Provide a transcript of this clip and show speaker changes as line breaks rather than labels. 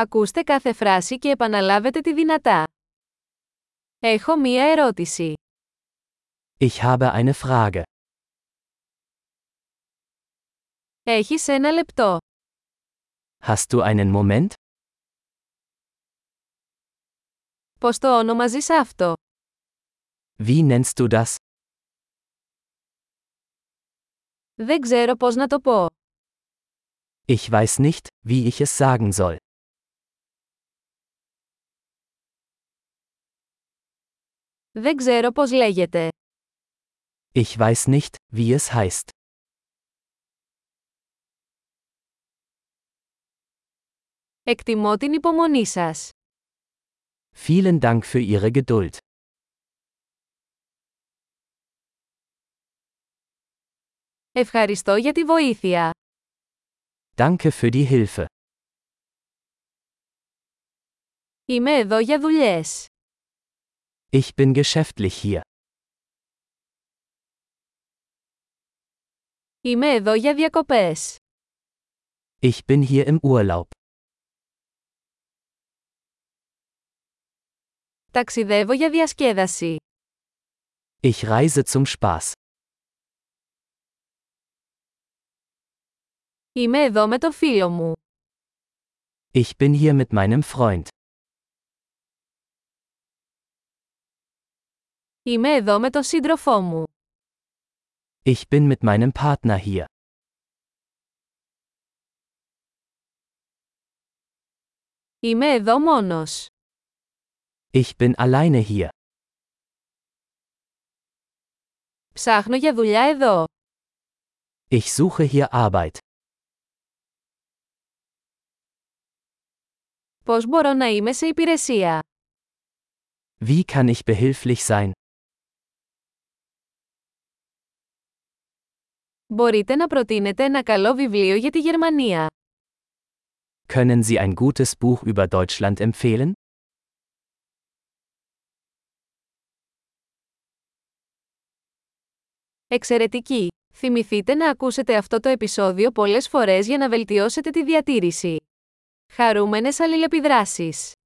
Ακούστε κάθε φράση και επαναλάβετε τη δυνατά. Έχω μία ερώτηση.
Ich habe eine Frage.
Έχεις ένα λεπτό.
Hast du einen Moment?
Πώς το ονομαζείς αυτό.
Wie nennst du das?
Δεν ξέρω πώς να το πω.
Ich weiß nicht, wie ich es sagen soll.
Δεν ξέρω πώς λέγεται.
Ich weiß nicht, wie es heißt.
Εκτιμώ την υπομονή σας.
Vielen Dank für Ihre Geduld.
Ευχαριστώ για τη βοήθεια.
Danke für die Hilfe.
Είμαι εδώ για δουλειές.
Ich bin geschäftlich hier.
Είμαι εδώ για διακοπές.
Ich bin hier im Urlaub.
Ταξιδεύω για διασκέδαση.
Ich reise zum Spaß.
Είμαι εδώ με το φίλο μου.
Ich bin hier mit meinem Freund.
Είμαι εδώ με τον σύντροφό μου.
Ich bin mit meinem Partner hier.
Είμαι εδώ μόνος.
Ich bin alleine hier.
Ψάχνω για δουλειά εδώ.
Ich suche hier Arbeit.
Πώς μπορώ να είμαι σε υπηρεσία.
Wie kann ich behilflich sein?
Μπορείτε να προτείνετε ένα καλό βιβλίο για τη Γερμανία.
Können Sie ein gutes Buch über Deutschland empfehlen?
Εξαιρετική! Θυμηθείτε να ακούσετε αυτό το επεισόδιο πολλές φορές για να βελτιώσετε τη διατήρηση. Χαρούμενες αλληλεπιδράσεις!